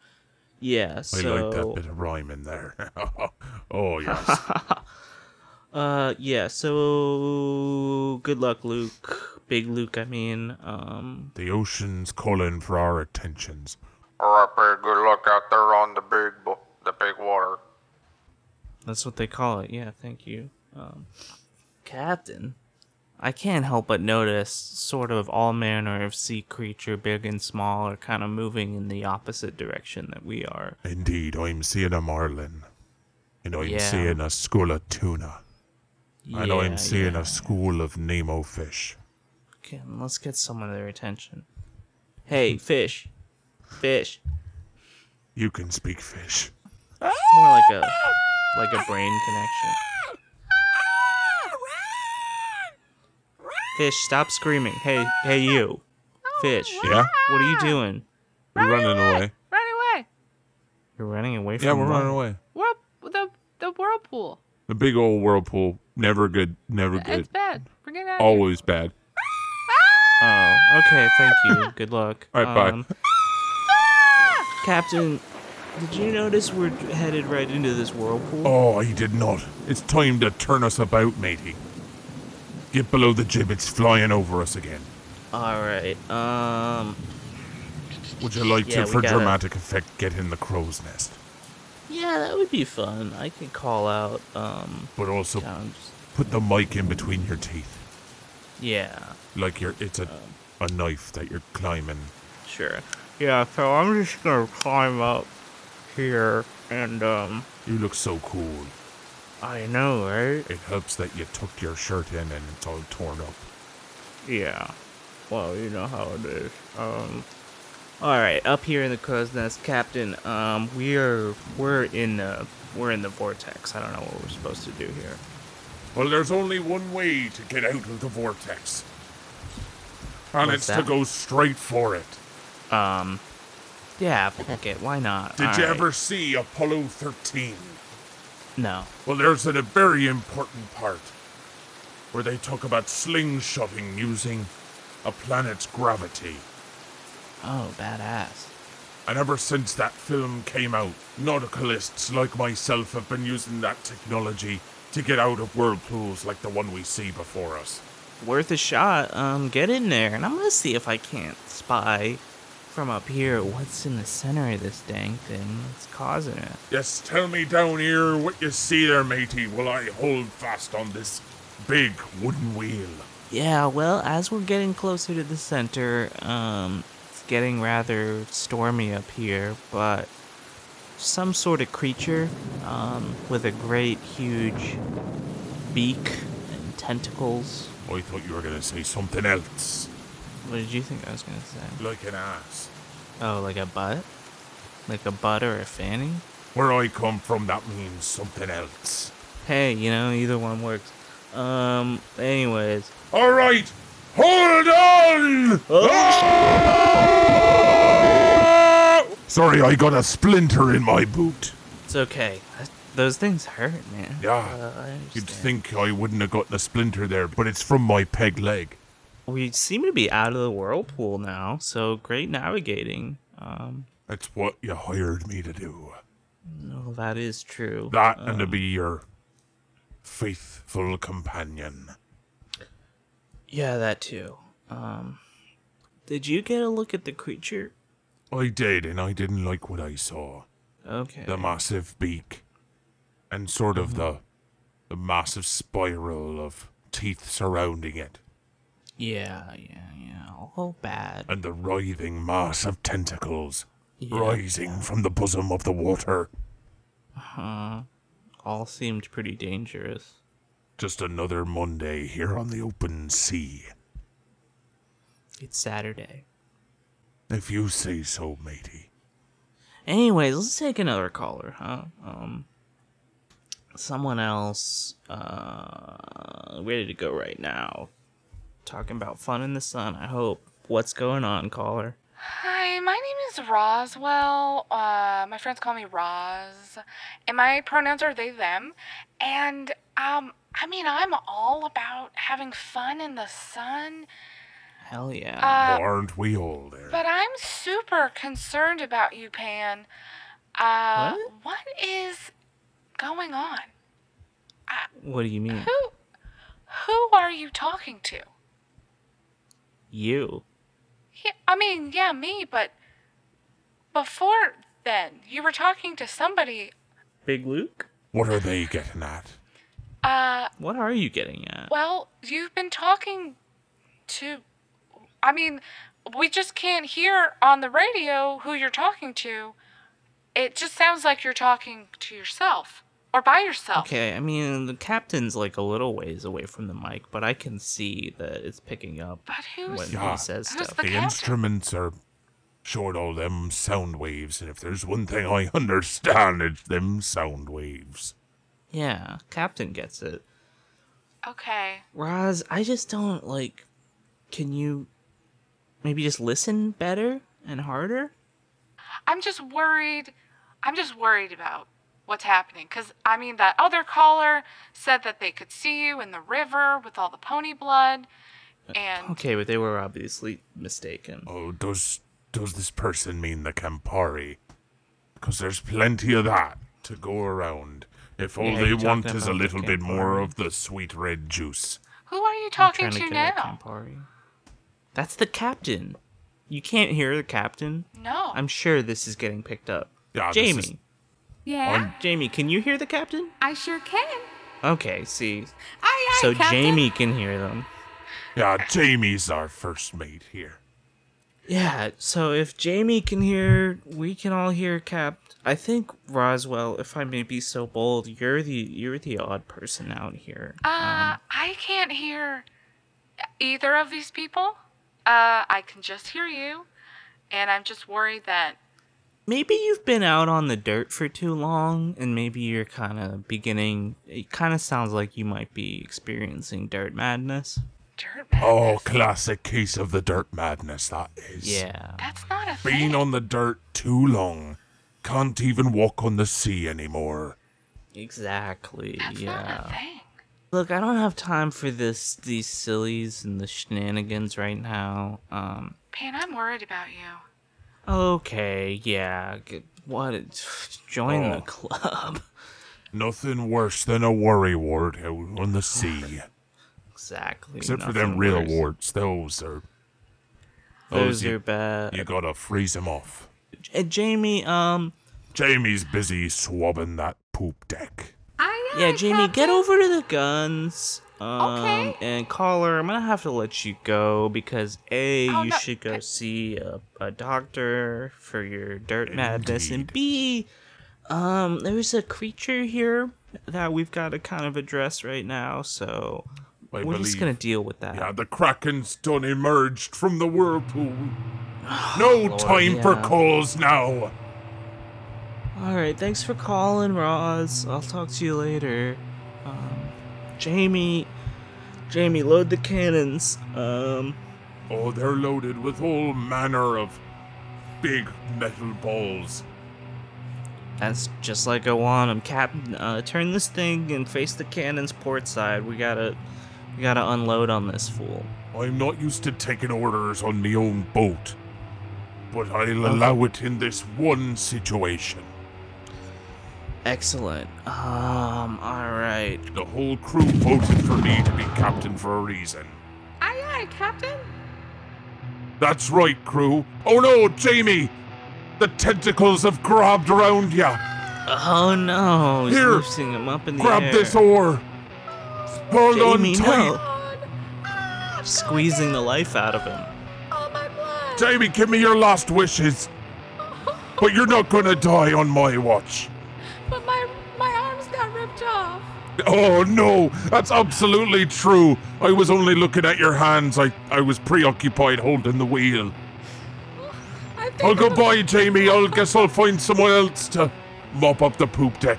A: Yeah.
B: I
A: So.
B: like that bit of rhyme in there. *laughs* oh yes,
A: *laughs* Uh, yeah, so good luck, Luke. Big Luke, I mean. Um,
B: the ocean's calling for our attentions.
J: All right, Perry. Good luck out there on the big, bo- the big water.
A: that's what they call it. Yeah, thank you. Um, Captain, I can't help but notice sort of all manner of sea creature, big and small, are kind of moving in the opposite direction that we are.
B: Indeed, I'm seeing a marlin, and I'm
A: Yeah.
B: seeing a school of tuna, and
A: Yeah,
B: I'm seeing
A: yeah.
B: a school of Nemo fish.
A: Okay, let's get some of their attention.
B: *laughs*
A: Hey, fish. Fish.
B: You can speak fish.
A: More like a like a brain connection. Fish, stop screaming. Hey, hey you. Fish.
B: Yeah,
A: What are you doing?
C: We're running away.
D: Run away!
A: You're running away from
C: Yeah, we're
A: what?
C: running away.
D: Whirl- the, the whirlpool.
C: The big old whirlpool. Never good. Never good.
D: It's bad. We're getting out of here.
C: Always bad.
A: Oh, okay, thank *laughs* you. Good luck.
C: All right, bye.
A: Captain, did you notice we're headed right into this whirlpool?
B: Oh, I did not. It's time to turn us about, matey. Get below the jib, it's flying over us again.
A: Alright, um
B: Would you like
A: Yeah,
B: to,
A: we
B: for
A: gotta-
B: dramatic effect, get in the crow's nest?
A: Yeah, that would be fun. I could call out. Um,
B: But also
A: towns.
B: put the mic in between your teeth,
A: Yeah,
B: like you're it's a a knife that you're climbing.
A: sure. Yeah, so I'm just gonna climb up here, and um,
B: You look so cool.
A: I know, right?
B: It helps that you tucked your shirt in and it's all torn up.
A: Yeah. Well, you know how it is. Um. All right, up here in the crow's nest, Captain. Um, we are we're in the we're in the vortex. I don't know what we're supposed to do here.
B: Well, there's only one way to get out of the vortex, and
A: What's
B: it's to
A: that?
B: go straight for it.
A: Um, yeah, fuck it. Why not?
B: Did
A: All
B: you
A: right.
B: ever see Apollo 13?
A: No.
B: Well, there's a very important part where they talk about slingshotting using a planet's gravity.
A: Oh, badass.
B: And ever since that film came out, nauticalists like myself have been using that technology to get out of whirlpools like the one we see before us.
A: Worth a shot. Um, get in there, and I'm gonna see if I can't spy from up here what's in the center of this dang thing that's causing it.
B: Yes, tell me down here what you see there, matey, while I hold fast on this big wooden wheel.
A: Yeah, well, as we're getting closer to the center, um, it's getting rather stormy up here, but some sort of creature, um, with a great huge beak and tentacles.
B: Oh, I thought you were gonna say something else,
A: What did you think I was gonna say?
B: like an ass.
A: Oh, like a butt? Like a butt or a fanny?
B: Where I come from, that means something else.
A: Hey, you know, either one works. Um, anyways.
B: All right, hold on.
A: Oh.
B: Ah! Sorry, I got a splinter in my boot.
A: It's okay. That- Those things hurt, man.
B: Yeah,
A: Uh, I
B: You'd
A: understand.
B: think I wouldn't have gotten a splinter there, but it's from my peg leg.
A: we seem to be out of the whirlpool now so great navigating um
B: That's what you hired me to do.
A: no that is true Um,
B: That and to be your faithful companion.
A: yeah that too um did you get a look at the creature
B: I did, and I didn't like what I saw.
A: okay
B: The massive beak, and sort of the the massive spiral of teeth surrounding it,
A: yeah yeah yeah all bad
B: and the writhing mass of tentacles
A: Yeah.
B: rising from the bosom of the water.
A: Uh-huh. all seemed pretty dangerous
B: Just another Monday here on the open sea.
A: it's saturday
B: If you say so, matey.
A: anyways let's take another caller huh um someone else uh ready to go right now talking about fun in the sun i hope what's going on caller
D: Hi, my name is Roswell. Uh, my friends call me Roz, and my pronouns are they, them. And um, I mean, I'm all about having fun in the sun,
A: Hell yeah.
B: Aren't we all there?
D: Uh, but I'm super concerned about you, Pan. Uh, what is going on?
A: what do you
D: *laughs*
A: mean?
D: Who, who are you talking to?
A: you.
D: Yeah, I mean, yeah, me, but before then, you were talking to somebody.
A: Big Luke?
B: What are they getting at?
D: Uh.
A: What are you getting at?
D: Well, you've been talking to. I mean, we just can't hear on the radio who you're talking to. It just sounds like you're talking to yourself or by yourself.
A: Okay, I mean, the captain's like a little ways away from the mic, but I can see that it's picking up
D: But
A: when
D: who's.
B: Yeah.
A: he says
D: who's
A: stuff.
D: the
B: the
D: captain?
B: instruments are short all them sound waves, and if there's one thing I understand, it's them sound waves.
A: yeah, captain gets it.
D: Okay.
A: Roz, I just don't like. Can you maybe just listen better and harder?
D: I'm just worried. I'm just worried about what's happening. Because, I mean, that other caller said that they could see you in the river with all the pony blood. And
A: Okay, but they were obviously mistaken.
B: Oh, does does this person mean the Campari? Because there's plenty of that to go around. If all
A: Yeah,
B: they
A: you're talking
B: want is a
A: about the
B: little bit more
A: Campari.
B: of the sweet red juice.
D: who are you
A: I'm
D: talking
A: trying
D: to
A: to get a
D: now?
A: Campari. That's the captain. You can't hear the captain.
D: No.
K: Oh.
A: I'm sure this is getting picked up.
B: Yeah, this
A: Jamie,
B: is-
K: Yeah,
A: Jamie, can you hear the captain?
K: i sure can.
A: Okay, see.
K: Aye, aye,
A: So
K: Captain.
A: Jamie can hear them.
B: Yeah, Jamie's our first mate here.
A: Yeah, so if Jamie can hear, we can all hear Cap. I think Roswell, if I may be so bold, you're the you're the odd person out here.
D: Uh, I can't hear either of these people. Uh, I can just hear you, and I'm just worried that
A: maybe you've been out on the dirt for too long and maybe you're kind of beginning it kind of sounds like you might be experiencing dirt madness
D: dirt.
B: Oh,
D: madness-
B: classic case of the dirt madness, that is.
A: yeah
D: that's not a thing.
B: Been on the dirt too long. Can't even walk on the sea anymore.
A: exactly
D: That's not a
A: yeah
D: thing.
A: look i don't have time for this these sillies and the shenanigans right now um
D: Pan, I'm worried about you.
A: okay yeah g- what *sighs* join the
B: Oh.
A: club
B: Nothing worse than a worry wart out on the sea.
A: exactly
B: Except for
A: nothing
B: them real
A: worse.
B: warts. Those are.
A: those are
B: you,
A: bad
B: you gotta freeze them off.
A: Uh, jamie um
B: Jamie's busy swabbing that poop deck.
K: Aye, aye,
A: Yeah, Jamie, get
K: Captain.
A: over to the guns. Um,
K: Okay.
A: And caller, I'm gonna have to let you go because a
D: Oh,
A: you
D: no,
A: should go see a, a doctor for your dirt madness, and b um there's a creature here that we've got to kind of address right now, so
B: I
A: we're just
B: believe-
A: gonna deal with that.
B: Yeah, the Kraken's done emerged from the
A: *sighs*
B: whirlpool. No time for
A: yeah.
B: calls now.
A: All right, thanks for calling, Roz. I'll talk to you later. Um, Jamie, Jamie, load the cannons. Um.
B: Oh, they're loaded with all manner of big metal balls.
A: That's just like I want 'em. Captain. Uh, turn this thing and face the cannon's port side. We gotta, we gotta unload on this fool.
B: I'm not used to taking orders on my own boat, but I'll allow it in this one situation.
A: Excellent. Um. All right.
B: The whole crew voted for me to be captain for a reason.
K: Aye, aye, Captain.
B: That's right, crew. Oh no, Jamie! The tentacles have grabbed around ya!
A: Oh no! He's
B: Here,
A: loosening him up in the
B: Grab
A: air.
B: this oar! Hold
A: Jamie,
B: on tight!
A: no. Squeezing the life out of him.
K: Oh my blood.
B: Jamie, give me your last wishes. But you're not gonna die on my watch.
K: But my my arms got ripped off.
B: Oh no, that's absolutely true. I was only looking at your hands. I, I was preoccupied holding the wheel.
K: I think
B: Oh
K: I'm-
B: goodbye, Jamie. I'll guess I'll find someone else to mop up the poop deck.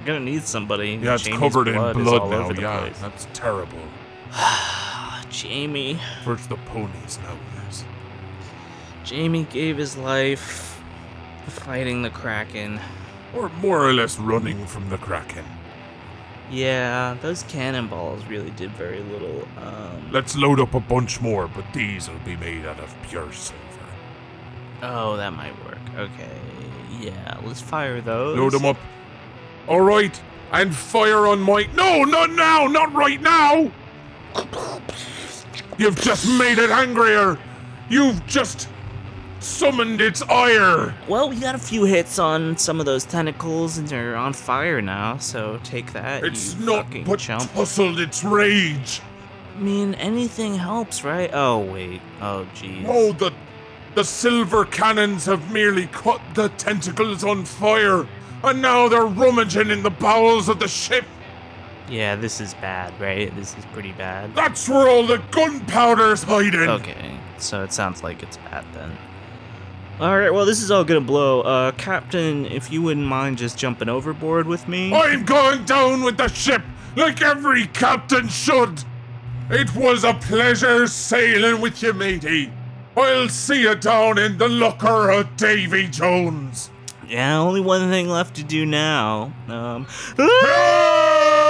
A: We're gonna need somebody.
B: Yeah, it's
A: Jamie's
B: covered
A: blood
B: in
A: is
B: blood
A: all
B: now.
A: over the
B: Yeah,
A: place.
B: that's terrible.
A: Ah, *sighs* Jamie.
B: First the ponies now. Yes.
A: Jamie gave his life fighting the kraken.
B: Or more or less running from the kraken.
A: Yeah, those cannonballs really did very little. Um.
B: Let's load up a bunch more, but these will be made out of pure silver.
A: Oh, that might work. Okay. Yeah, let's fire those.
B: Load them up. All right, and fire on my. No, not now, not right now. You've just made it angrier. You've just summoned its ire.
A: Well, we got a few hits on some of those tentacles, and they're on fire now. So take that.
B: It's
A: you
B: not
A: fucking
B: but
A: chump.
B: puzzled its rage.
A: I mean, anything helps, right? Oh wait. Oh jeez.
B: Oh, the the silver cannons have merely caught the tentacles on fire, and now they're rummaging in the bowels of the ship.
A: Yeah, this is bad, right? This is pretty bad.
B: That's where all the gunpowder's
A: *laughs*
B: hiding.
A: Okay, so it sounds like it's bad then. All right. Well, this is all gonna blow. Uh, Captain, if you wouldn't mind just jumping overboard with me.
B: I'm going down with the ship like every captain should. It was a pleasure sailing with you, matey. I'll see you down in the locker of Davy Jones.
A: Yeah, only one thing left to do now. Um. *laughs*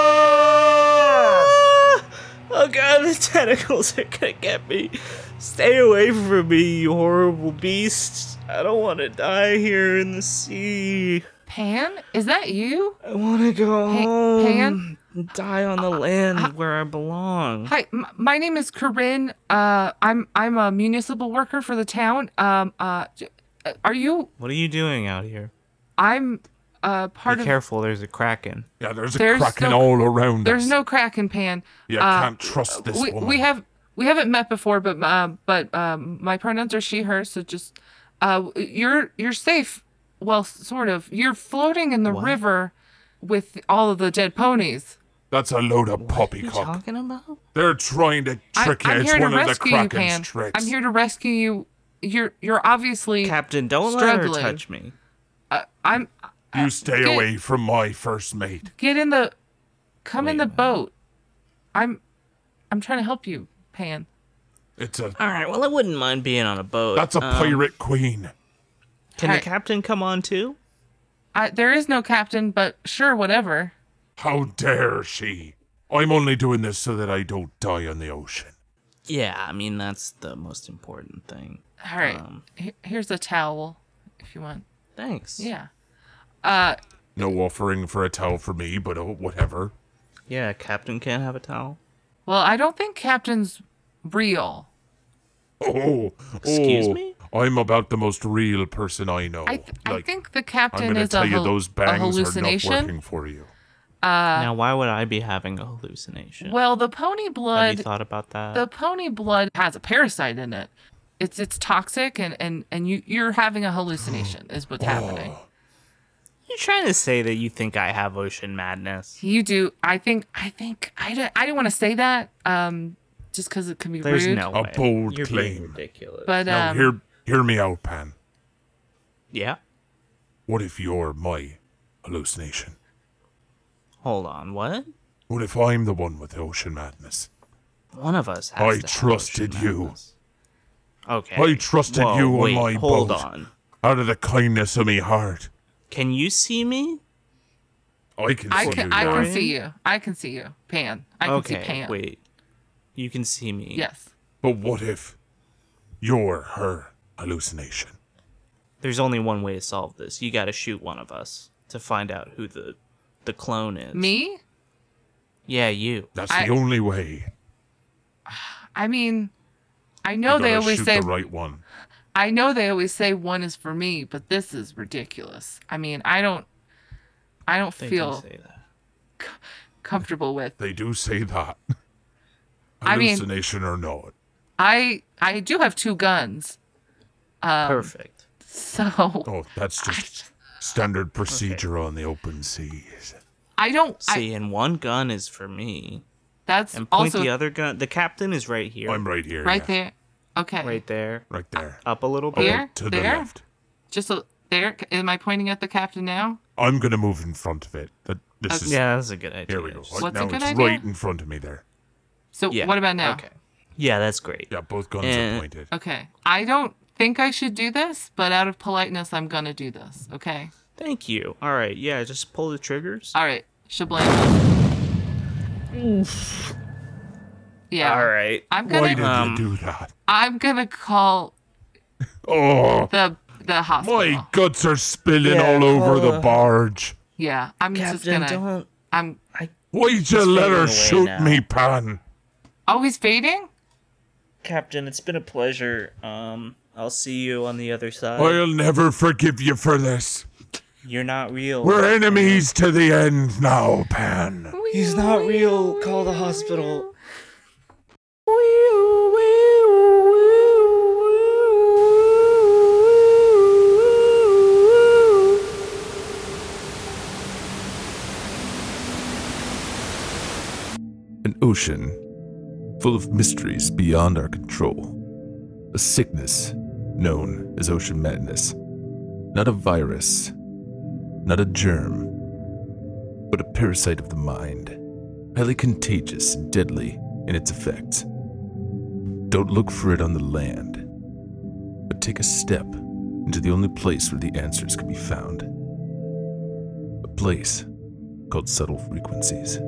A: Oh god, the tentacles are gonna get me. Stay away from me, you horrible beast. I don't wanna die here in the sea.
D: Pan, is that you?
A: I wanna go
D: Hey,
A: home
D: Pan?
A: and Um, die on the land where I belong.
D: Hi, m- my name is Corinne. Uh, I'm I'm a municipal worker for the town. Um, uh, j- uh, are you?
A: What are you doing out here?
D: I'm. uh, part
A: Be
D: of
A: careful, there's a kraken.
B: Yeah, there's a
D: There's
B: cracking
D: no-
B: all around
D: there's
B: us.
D: no crack in pan.
B: You
D: Uh,
B: can't trust this
D: we,
B: woman.
D: we have we haven't met before, but uh, but um, my pronouns are she her. So just uh, you're you're safe. Well, sort of. You're floating in the
A: What?
D: river with all of the dead ponies.
B: That's a load of
A: What are you
B: poppycock.
A: talking about?
B: They're trying to trick
D: I, I'm
B: you. It's
D: here to
B: one of the
D: rescue you,
B: Kraken's
D: Pan.
B: tricks.
D: I'm here to rescue you. You're you're obviously.
A: Captain, don't let
D: Struggling.
A: her touch me.
D: uh, I'm
B: You stay
D: get-
B: away from my first mate.
D: get in the come in
A: Wait,
D: the boat. I'm I'm trying to help you, Pan.
B: It's a
A: All right, well, I wouldn't mind being on a boat.
B: that's a
A: Um,
B: pirate queen.
A: Can
D: Alright.
A: the captain come on too?
D: I, there is no captain, but sure, whatever.
B: How dare she? I'm only doing this so that I don't die on the ocean.
A: Yeah, I mean that's the most important thing.
D: All right.
A: Um,
D: He- here's a towel if you want.
A: Thanks.
D: Yeah. Uh
B: No offering for a towel for me, but oh, whatever.
A: Yeah, captain can't have a towel.
D: well, I don't think captain's real.
B: Oh,
A: Excuse
B: oh,
A: me?
B: I'm about the most real person I know.
D: I th- I
B: Like,
D: think the
B: I'm
D: captain
B: gonna
D: is a,
B: tell you
D: hal-
B: those
D: a
B: bangs are not
D: hallucination. Uh,
B: working for you.
A: now, why would I be having a hallucination?
D: Well, the pony
A: have
D: blood
A: you thought about that?
D: the pony blood has a parasite in it. It's it's toxic and and and you you're having a hallucination is
B: *gasps* Oh.
D: what's happening.
A: you trying to say that you think I have ocean madness?
D: You do. I think. I think. I don't. I didn't want to say that. Um, just because it can be
A: There's
D: rude.
A: no
B: A
A: way.
B: bold
A: You're
B: claim.
A: Being ridiculous.
D: But
B: Now,
D: um,
B: hear, hear me out, Pan.
A: yeah.
B: What if you're my hallucination?
A: Hold on. What?
B: What if I'm the one with the ocean madness?
A: One of us has to
B: I
A: have
B: trusted
A: ocean
B: you.
A: madness. Okay.
B: I trusted
A: Whoa,
B: you on
A: wait,
B: my
A: hold
B: boat.
A: on.
B: Out of the kindness of me heart,
A: Can you see me?
B: I can
D: I
B: see
D: can.
B: you
D: I
B: now.
D: can see you. I can see you, Pan. I can
A: okay.
D: see Pan.
A: Wait. You can see me.
D: Yes.
B: But what if you're her hallucination?
A: There's only one way to solve this. You got to shoot one of us to find out who the the clone is.
D: Me?
A: Yeah, you.
B: That's
D: I-
B: the only way.
D: I mean, I
B: You
D: know they
B: gotta
D: always
B: shoot
D: say.
B: the right one.
D: I know they always say one is for me, but this is ridiculous. I mean, I don't. I don't
A: They do
D: feel
A: say that.
D: comfortable with.
B: They do say that.
D: *laughs* I mean-
B: Hallucination or not.
D: I I do have two guns, Um, *laughs*
A: Perfect.
D: so
B: Oh,
D: *laughs*
B: that's just standard procedure on the open seas.
D: I don't. I,
A: See, and one gun is for me.
D: that's
A: And point
D: also
A: the other gun. The captain is right here.
B: I'm right here.
D: right
B: yeah.
D: there. Okay.
A: Right there.
B: Right there.
A: Up a little bit.
D: Here?
B: Oh, to
D: there.
B: the left.
D: Just a, there. Am I pointing at the captain now?
B: I'm gonna move in front of it. That this
D: Okay.
B: is
A: Yeah, that's a good idea.
B: here we go.
A: Just-
D: What's a
B: now
D: good
B: it's
D: idea?
B: right in front of me there.
D: So
A: Yeah.
D: what about now?
A: Okay. Yeah, that's great.
B: Yeah, both guns
A: Eh.
B: are pointed.
D: Okay. I don't think I should do this, but out of politeness, I'm gonna do this. Okay.
A: Thank you. All right. Yeah, just pull the triggers.
D: All right. Shablam. Yeah.
A: All right.
D: I'm gonna.
B: Why did
A: Um,
B: you do that?
D: I'm gonna call
B: Oh,
D: the the hospital.
B: my guts are spilling
A: Yeah,
B: all over the
A: uh,
B: barge.
D: Yeah. I'm just
A: Captain,
D: gonna.
A: don't.
D: I'm.
B: Why'd you let
A: fading
B: her
A: away
B: shoot
A: now.
B: me, Pan?
D: Oh, he's fading.
A: Captain, it's been a pleasure. Um, I'll see you on the other side.
B: I'll never forgive you for this.
A: You're not real.
B: We're enemies to the end now, Pan.
A: He's not real. Call the hospital.
L: an ocean full of mysteries beyond our control. A sickness known as ocean madness. Not a virus, not a germ, but a parasite of the mind. Highly contagious and deadly in its effects. Don't look for it on the land, but take a step into the only place where the answers can be found. A place called subtle frequencies.